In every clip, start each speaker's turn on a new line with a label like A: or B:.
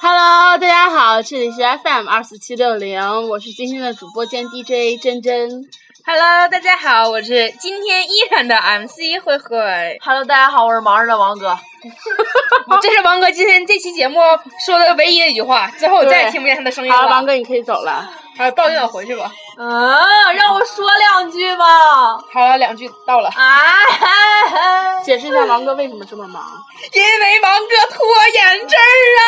A: Hello，大家好，这里是 FM 二四七六零，我是今天的主播兼 DJ 珍珍。
B: Hello，大家好，我是今天依然的 MC 慧慧。
C: Hello，大家好，我是忙着的王哥。
B: 这是王哥今天这期节目说的唯一的一句话，之后我再也听不见他的声音
A: 好了，王
B: 了。
A: 哥你可以走了。
B: 啊，抱怨我回去吧。
C: 嗯，让我说两句吧。
B: 好了，两句到了，
C: 哎，
A: 解释一下王哥为什么这么忙？
B: 因为王哥拖延症 啊。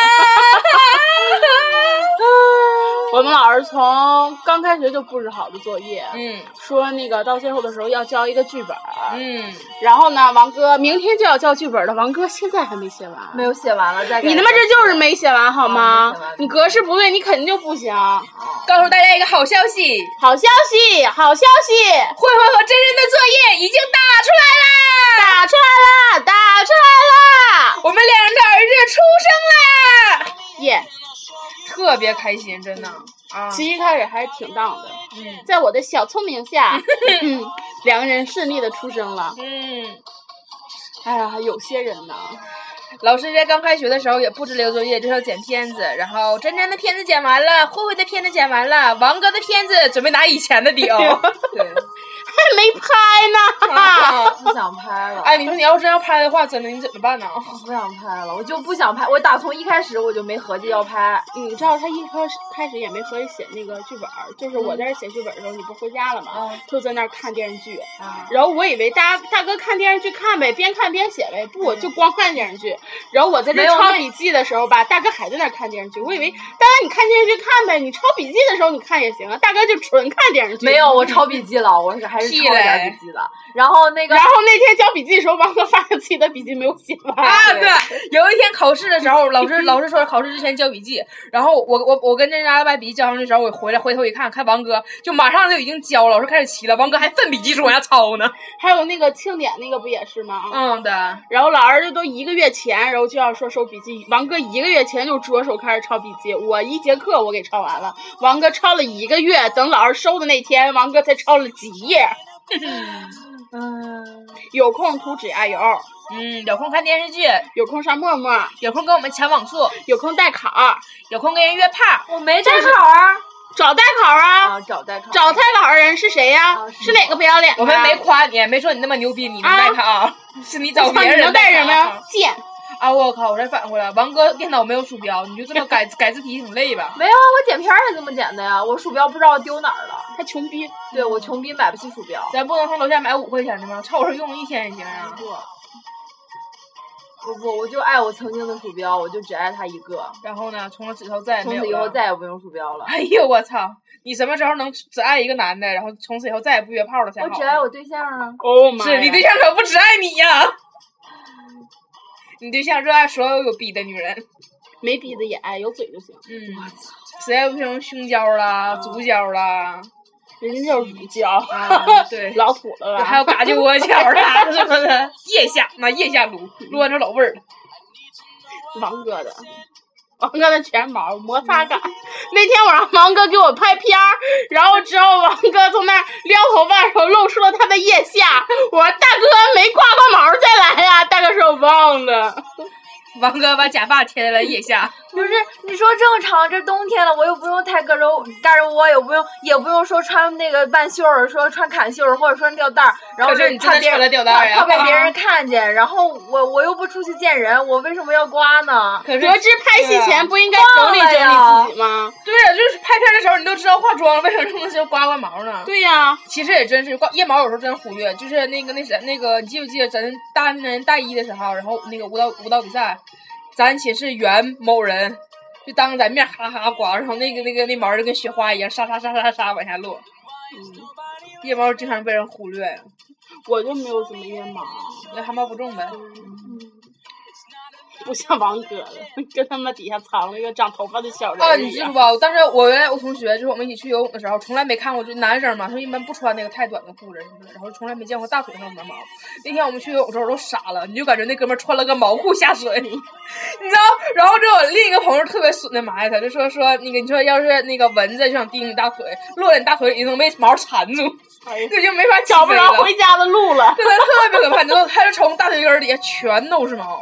A: 我们老师从刚开学就布置好的作业，
B: 嗯
A: 说那个到最后的时候要交一个剧本儿。
B: 嗯，
A: 然后呢，王哥明天就要交剧本了，王哥现在还没写完。
C: 没有写完了，再给
A: 你他妈这就是没写完好吗
C: 哦没写完？
A: 你格式不对，你肯定就不行。
B: 哦告诉大家一个好消息，
A: 好消息，好消息！
B: 慧慧和真人的作业已经打出来啦，
A: 打出来啦！打出来啦！
B: 我们两人的儿子出生啦，
A: 耶、
B: 特别开心，真的啊。
A: 其实一开始还是挺荡的，
B: 嗯
A: 在我的小聪明 下，嗯，两个人顺利的出生了。
B: 嗯。
A: 哎呀，有些人呢，
B: 老师在刚开学的时候也布置了一个作业，就是要剪片子。然后珍珍的片子剪完了，慧慧的片子剪完了，王哥的片子准备拿以前 的顶。
C: 对，
A: 还 没拍 呢。
C: 啊不想拍了，
B: 哎，你说你要真要拍的话，真的你怎么办呢？
C: 我不想拍了，我就不想拍。我打从一开始我就没合计要拍。
A: 你知道他一开始开始也没合计写那个剧本儿，就是我在这写剧本的时候，你不回家了吗？
C: 嗯
A: 就在那儿看电视剧。
C: 啊，
A: 然后我以为大大哥看电视剧看呗，边看边写呗，不我就光看电视剧。然后我在这
C: 嗯没有
A: 抄
C: 那
A: 笔记的时候吧，大哥还在那儿看电视剧，我以为大哥你看电视剧看呗，你抄笔记的时候你看也行啊。大哥就纯看电视剧，
C: 没有，我抄笔记了，我是还是
B: 屁
C: 抄了
B: 嘞
C: 点笔记的。然后那个
A: 然后那天交笔记的时候，王哥发现自己的笔记没有写完。
B: 啊，对，有一天考试的时候，老师老师说考试之前交笔记，然后我我我跟珍珍把笔记交上去的时候，我回来回头一看，看王哥就马上就已经交了，我说开始齐了，王哥还奋笔疾书往下抄呢。
A: 还有那个庆典那个不也是吗？
B: 嗯对，
A: 然后老二这都一个月前，然后就要说收笔记，王哥一个月前就着手开始抄笔记，我一节课我给抄完了，王哥抄了一个月，等老二收的那天，王哥才抄了几页。
C: 嗯，
A: 有空涂指甲油，
B: 嗯，有空看电视剧，
A: 有空上陌陌，
B: 有空跟我们抢网速，
A: 有空代考儿，
B: 有空跟人约炮。
C: 我没代考儿
A: 找代考儿啊，
B: 哦
C: 啊，找代考儿，
A: 找代考儿的人是谁呀、
C: 啊
A: 是哪个不要脸的？
B: 我们没夸你，没说你那么牛逼，你能带他啊？是你找
A: 哎我操，
B: 别
A: 你
B: 人
A: 能带
B: 什
A: 什么呀？贱。
B: 啊！我靠，我再反过来，王哥电脑没有鼠标，你就这么改 改字体挺累吧？
C: 没有啊，我剪片儿也这么剪的呀。我鼠标不知道丢哪儿了，
A: 他穷逼，
C: 对我穷逼买不起鼠标。
B: 咱不能上楼下买五块钱的吗？超市用一天也行啊。
C: 不，不不，我就爱我曾经的鼠标，我就只爱它一个，
B: 然后呢，从此以后再也没
C: 从
B: 有
C: 此以后
B: 了
C: 再也不用鼠标了。
B: 哎呦我操！你什么时候能只爱一个男的，然后从此以后再也不约炮了才好？
C: 我只爱我对象啊，
A: 哦妈
B: 是你对象可不只爱你呀、 你对象热爱所有有逼的女人，
A: 没鼻子也爱，有嘴就行。
B: 嗯，实在不行胸胶
C: 啊
B: 啦、足胶 啦，
A: 人家就是乳胶，
B: 啊，对，
A: 老土了吧？
B: 还有嘎吱窝角啦啊什么的，腋下那腋下撸撸完之后老味儿了。
A: 王哥的，王哥的全毛摩擦感。那天我让王哥给我拍片儿，然后之后王哥从那儿撩头发的时候露出了他的腋下，我说大哥没刮刮毛再来呀、大哥说我忘了。
B: 王哥把假发贴在了腋下，
C: 不是你说正常，这冬天了，我又不用太胳肢窝胳肢窝，也不用也不用说穿那个半袖儿，说穿坎袖儿，或者说吊带儿，然后
B: 可是你真
C: 怕
B: 的
C: 别
B: 穿了
C: 人
B: 吊带儿呀啊
C: 怕怕被别人看见，然后我我又不出去见人，我为什么要刮呢？
B: 可是
A: 得知拍戏前不应该整理整理自己吗？
B: 对呀、就是拍片的时候你都知道化妆了，为什么这么就刮刮毛呢？
A: 对呀、
B: 其实也真是刮腋毛，有时候真忽略。就是那个那谁那个，你记不记得咱大年大一的时候，然后那个舞蹈舞蹈比赛，咱寝室原某人就当着咱面哈哈刮，然后那个那个那毛就跟雪花一样，沙沙沙沙沙往下落。腋毛经常被人忽略，
A: 我就没有什么腋毛，
B: 那汗毛不重呗。
A: 不像王哥了，跟他们底下藏了一个长头发的小人
B: 啊，
A: 儿
B: 你
A: 一
B: 记住
A: 样。
B: 吧，当时我原来我同学就是我们一起去游泳的时候，从来没看过，就男生嘛，他们一般不穿那个太短的裤子什么的，然后从来没见过大腿上有毛。那天我们去游泳的时候我都傻了，你就感觉那哥们儿穿了个毛裤下水，你知道？然后之后我另一个朋友特别损的埋汰他，就说说那个你说要是那个蚊子就想叮你大腿，落在你大腿里已经被毛缠住，
A: 哎呀
B: 就已经没法起
A: 找不
B: 飞
A: 着
B: 了
A: 回家的路了
B: 真的特别可怕，你知道，他就从大腿根儿底下全都是毛，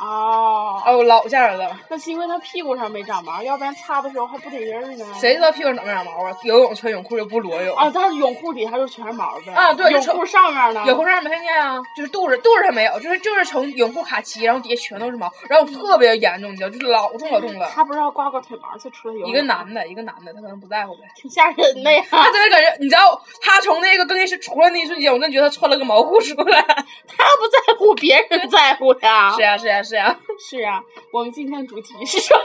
A: 哦，
B: 哦，老吓人了。
A: 那是因为他屁股上没长毛，要不然擦的时候还不得人儿呢。
B: 谁知道屁股上长没长毛啊？游泳圈泳裤就不裸泳，
A: 啊，他泳裤底下就全是毛呗。
B: 啊对就
A: 泳
B: 是
A: 裤上面呢？
B: 泳裤上没看见啊，就是肚子肚子上没有，就是就是从泳裤卡其，然后底下全都是毛，然后特别严重，你知道，就是老重老重了。
A: 他不是要刮刮腿毛去出来游泳？
B: 一个男的，一个男的，他可能不在乎呗。
A: 挺吓人的呀，
B: 啊他真的感觉，你知道，他从那个更衣室出来那一瞬间，我真觉得他穿了个毛裤出来。
A: 他不在乎，别人在乎呀。
B: 是啊呀、是呀、是呀、
A: 是啊，我们今天主题是什么？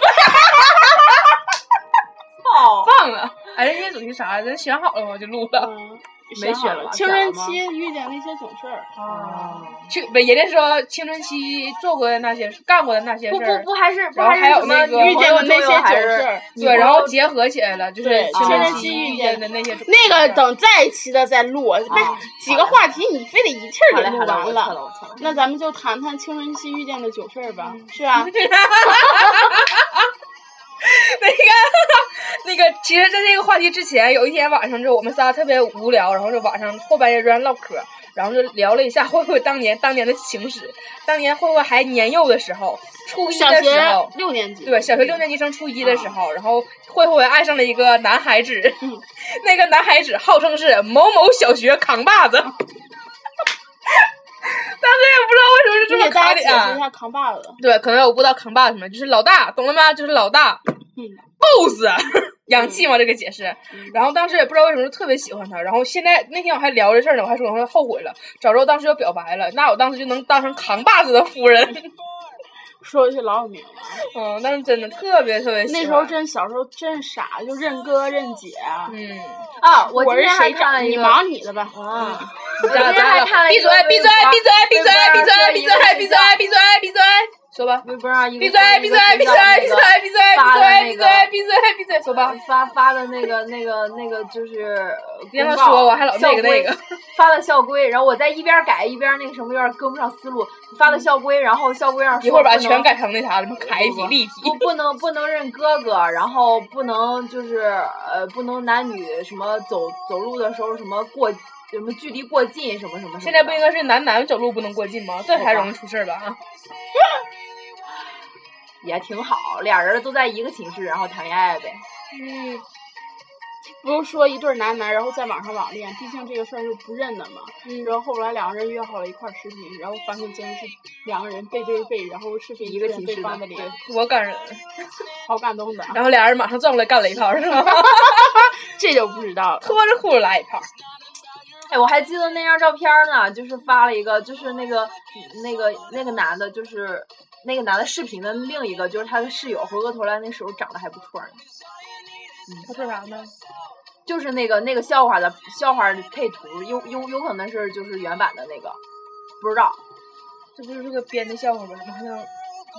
C: 操！
B: 忘了。哎，今天主题啥来着？想好了吗？就录了。
A: 嗯
C: 没
A: 想好
C: 选
A: 了
C: 吧
A: 青
C: 想
A: 春
C: 了吗
A: 期遇见那些囧事儿。
B: 啊，去不，人家说青春期做过的那些事，干过的那些
C: 不
B: 事
C: 不
B: 儿，
C: 不，还是不
B: 然后
C: 是
B: 还有
C: 什么
B: 那个
C: 女
A: 遇见的
C: 朋友
A: 那些
C: 重要还
A: 囧
C: 是
A: 事儿，
B: 对，
C: 女朋友
B: 然后结合起来了，就是
A: 对
B: 青
A: 青
B: 春
A: 春
B: 期
A: 期遇
B: 遇
A: 见
B: 见的那些
A: 那个等再一期的再录，那几个话题你非得一气
C: 好
A: 儿
C: 嘞
A: 给
C: 好
A: 录
C: 嘞，
A: 完
C: 我错了我错了。
A: 那咱们就谈谈青春期遇见的囧事儿吧，是啊，
B: 那个 那个，其实，在这个话题之前，有一天晚上，就我们仨特别无聊，然后就晚上后半夜就在那唠嗑，然后就聊了一下慧慧当年当年的情史，当年慧慧还年幼的时候，初一
A: 小
B: 的时
A: 学啊
B: 候。
A: 六年级，
B: 对，小学六年级升初一的时候，然后慧慧爱上了一个男孩子，
A: 嗯
B: 那个男孩子号称是某某小学扛把子， 当时也不知道为什么是这
A: 你
B: 么
A: 给
B: 卡
A: 大家解
B: 脸。
A: 释一下扛把子。
B: 对，可能我不知道扛把什么，就是老大，懂了吗？就是老大、
A: 嗯
B: b o s s
C: 嗯
B: 洋气嘛，这个解释。然后当时也不知道为什么就特别喜欢他，然后现在那天我还聊这事儿呢，我还说我后悔了，早知道当时要表白了，那我当时就能当成扛把子的夫人。
A: 说一句老有名了，
B: 嗯，但是真的特别特别喜欢。
A: 那时候真小时候真傻，就认哥认姐。
B: 嗯，
C: 啊，我
A: 我
C: 今
A: 是
C: 天还
A: 谁
C: 看了
A: 长？
C: 一
A: 你
C: 个，
A: 忙你的吧。
C: 啊，
B: 我
C: 我今天还看了
B: 闭
C: 一
B: 嘴
C: 个
B: 闭嘴闭嘴闭嘴闭嘴闭嘴闭嘴闭嘴闭嘴，说吧。
C: 微博上一个
B: 闭嘴闭嘴闭嘴闭嘴闭嘴闭嘴闭嘴闭嘴闭嘴，说吧。
C: 发发的那个那个那个就是呃
B: 你让他
C: 公告
B: 说我还老那个那个
C: 校规 发了校规，然后我在一边改一边那个什么，有点跟不上思路。发了校规，然后校规上说
B: 一会儿把
C: 不能
B: 全改成那啥了，什么楷
C: 不
B: 体、立体。
C: 不不能不能认哥哥，然后不能就是呃不能男女什么走走路的时候什么过什么距离过近什么什么什么的。
B: 现在不应该是男男走路不能过近吗？这还容易出事儿吧？啊！
C: 也挺好，俩人都在一个寝室，然后谈恋爱呗。
B: 嗯，
A: 不是说一对儿男男，然后在网上网恋，毕竟这个事儿是不认的嘛。然后后来两个人约好了一块儿视频，然后发现竟然是两个人背对背，然后视频
C: 一个
A: 见
C: 寝
A: 对
C: 室
A: 方
C: 的
A: 的脸，
B: 多感人！
A: 好感动的啊。
B: 然后俩人马上转过来干了一炮，是 吗？
A: 这就不知道了。
B: 脱着裤子来一炮。
C: 哎，我还记得那张照片呢，就是发了一个，就是那个那个那个男的，就是那个男的视频的另一个，就是他的室友，回过头来那时候长得还不错呢，
B: 他说啥呢？
C: 就是那个那个笑话的笑话的配图，有有有可能是就是原版的那个，不知道，
B: 这不就是个编的笑话吗？怎么还能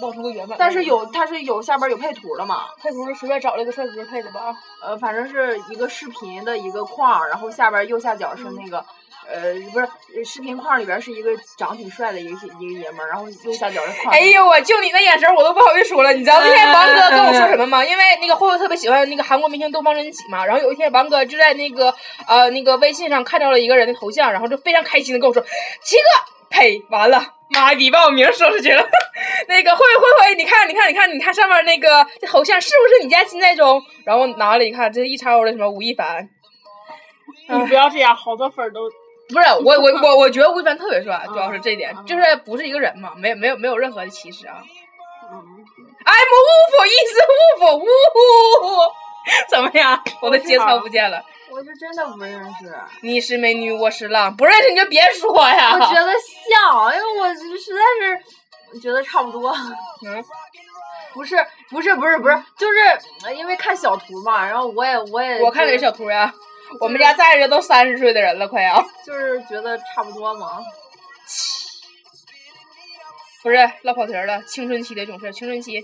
B: 冒出个原版？
C: 但是有他是有下边有配图的嘛，
B: 配图是随便找了一个帅哥配的吧？
C: 呃，反正是一个视频的一个框，然后下边右下角是那个。呃，不是，呃视频框里边是一个长挺帅的一个一个爷们儿，然后右下角的框。
B: 哎呦我就你那眼神，我都不好意思说了。你知道那天王哥跟我说什么吗？因为那个慧慧特别喜欢那个韩国明星东方甄子嘛，然后有一天王哥就在那个呃那个微信上看到了一个人的头像，然后就非常开心的跟我说：“七哥，呸，完了，妈逼，把我名儿说出去了。 那个慧慧慧，你看你看你看你看上面那个 这头像是不是你家金在中？”然后拿了一看，这一叉 O 的什么吴亦凡，
A: 你不要这样，好多粉儿都
B: 不是我我我我觉得吴亦凡特别
C: 啊
B: 帅，主要是这一点，就是不是一个人嘛，没有没有没有任何的歧视啊。哎
A: 嗯
B: I'm Wolf is Wolf，呜呼！怎么样？我的节操不见了。
C: 我是真的不认识，
B: 你是美女，我是浪，不认识你就别说呀。
C: 我觉得像，因为我实在是觉得差不 多。
B: 嗯，
C: 不是不是不是不是，就是呃因为看小图嘛，然后我也我也
B: 我看
C: 就
B: 的
C: 是
B: 是小图呀。我们家在这都三十岁的人了，快要。
C: 就是觉得差不多嘛。
B: 不是唠跑题儿了，青春期的囧事儿，青春期，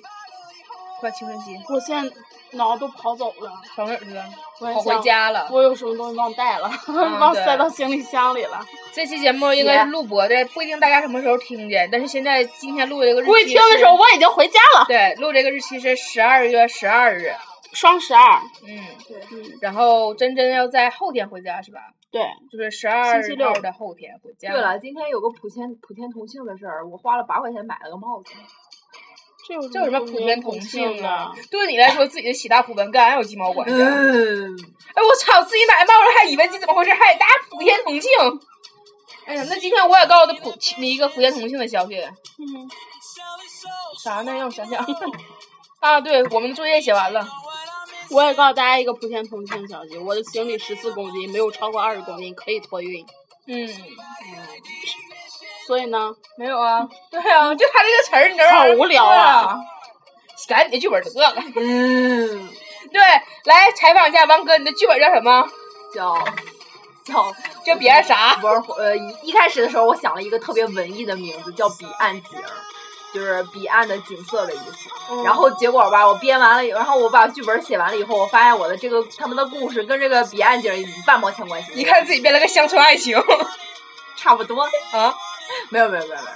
B: 快青春期，
A: 我现在脑都跑走了，
B: 跑哪儿去了？
A: 我也
B: 跑回
A: 想
B: 家了。
A: 我有什么东西忘带了，
B: 嗯
A: 忘
B: 对
A: 塞到行李箱里了。
B: 这期节目应该是录播的，不一定大家什么时候听见，但是现在今天录这个日期，
A: 估计听的时候，我已经回家了。
B: 对，录这个日期是十二月十二日，
A: 双十二，
B: 嗯，
A: 嗯，
B: 然后真真要在后天回家是吧？
A: 对，
B: 就是十二
A: 星期六
B: 号的后天回家。
C: 对了，今天有个普天普天同庆的事儿，我花了八块钱买了个帽子，
A: 这有
B: 这有什么
A: 普
B: 普
A: 遍
B: 遍
A: 同
B: 同
A: 性
B: 性
A: 啊
B: 啊？对你来说，自己的喜大普奔，跟俺有鸡毛关系啊？
C: 嗯，
B: 哎，我操！自己买帽子还以为自己怎么回事，还得大家普天同庆。哎呀，那今天我也告诉他普你一个普天同庆的消息，
A: 嗯
B: 啥呢？让我想想。啊，对，我们的作业写完了。
A: 我也告诉大家一个普天同庆的消息，我的行李十四公斤，没有超过二十公斤，可以托运。
B: 嗯，
A: 所以呢，
B: 没有啊。对啊，就他这个词儿，你知道吗
A: 好无聊啊！
B: 对赶紧剧本得了。
C: 嗯，
B: 对，来采访一下王哥，你的剧本叫什么？
C: 叫叫
B: 叫彼岸啥？
C: 哦玩火呃，一一开始的时候，我想了一个特别文艺的名字，叫“彼岸景”，就是彼岸的景色的意思。
A: 嗯
C: 然后结果吧，我编完了以后，然后我把剧本写完了以后，我发现我的这个他们的故事跟这个彼岸景半毛钱关系没
B: 一
C: 有，
B: 看自己变了个乡村爱情
C: 差不多。
B: 啊。
C: 没有没有没有没有没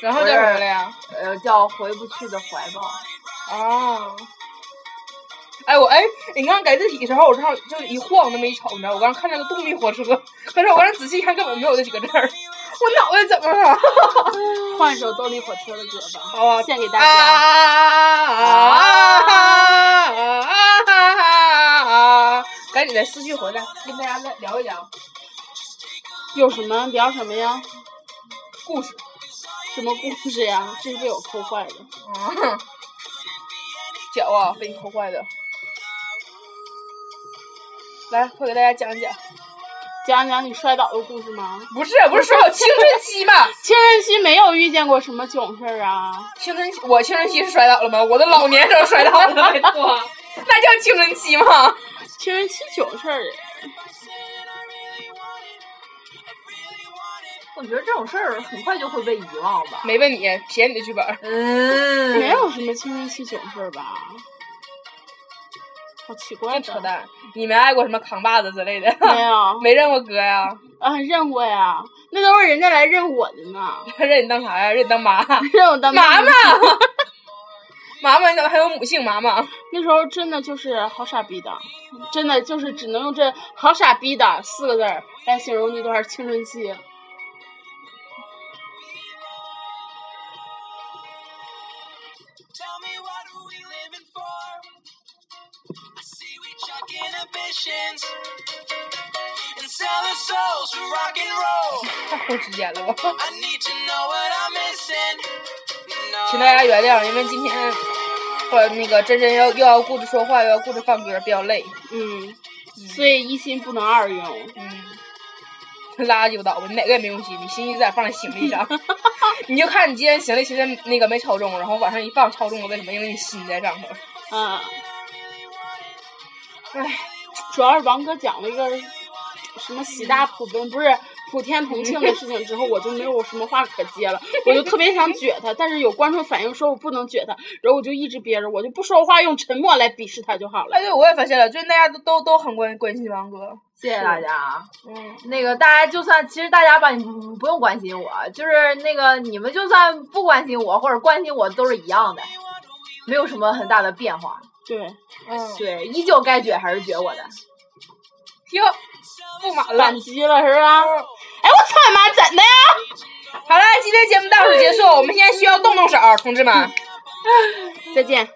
B: 然后叫什么了呀？
C: 有，呃，叫回不去的怀抱。
B: 哦。哎，我哎，你刚改字体的时候，我正好就一晃那么一瞅，你知道，我刚看见个动力火车，可是我刚才仔细一看，根本没有这几个字儿，我脑袋怎么了？
A: 换一首动力火车的歌吧，
B: 好啊
A: 献给大
B: 啊
A: 家。
B: 啊啊啊！赶紧的思绪回来，跟大家再聊一聊
A: 有什么聊什么呀？
B: 故事
A: 什么故事呀？这是被我抠坏的。
B: 啊。脚啊，被你抠坏的。来，快给大家讲一讲。
A: 讲讲你摔倒的故事吗？
B: 不是，不是说有青春期吗？
A: 青春期没有遇见过什么囧事儿啊？
B: 青春期，我青春期是摔倒了吗？我的老年时候摔倒了，拜托，那叫青春期吗？
A: 青春期囧事儿，
C: 我觉得这种事儿很快就会被遗忘吧。
B: 没问你，写你的剧本。
C: 嗯，
A: 没有什么青春期囧事儿吧？好奇怪
B: 真
A: 的，
B: 扯淡！你没爱过什么扛把子之类的，
A: 没有
B: 没认过哥呀？
A: 啊，认过呀，那都是人家来认我的呢，
B: 认你当啥呀？认你当妈？
A: 认我当
B: 妈
A: 妈
B: 妈。，妈妈，你怎么还有母姓妈妈？
A: 那时候真的就是好傻逼的，真的就是只能用这“好傻逼的”四个字儿来形容那段青春期。
D: Tell me what are we living for? I see we chuck inhibitions and sell our souls for rock and roll.
B: 太花时间了吧？
D: I need to know what I'm missing.
B: 请大家原谅，因为今天我那个真真要又要顾着说话，又要顾着放歌，比较累。
A: 嗯，所以一心不能二用。
B: 嗯， 拉就倒吧，你哪个也没用心，你心一在放在行李上， 你就看你今天行李其实那个没超重，然后往上一放超重了，为什么？因为你心在上头。
A: 嗯，哎
B: 唉，
A: 主要是王哥讲了一个什么喜大普奔，不是普天同庆的事情之后，我就没有什么话可接 了，我就特别想撅他，但是有观众反映说我不能撅他，然后我就一直憋着，我就不说话，用沉默来鄙视他就好了
B: 哎，。对，我也发现了，就是大家都都都很关关心王哥。
C: 谢谢大家啊。
B: 嗯，
C: 那个大家就算，其实大家吧，你不不用关心我，就是那个你们就算不关心我或者关心我都是一样的，没有什么很大的变化。
A: 对，
B: 嗯，
C: 对，依旧该撅还是撅我的。
B: 停，不满了。
A: 反击了是吧？哎，我操你妈，怎的呀？
B: 好了，今天节目到此结束，我们现在需要动动手，同志们。
A: 再见。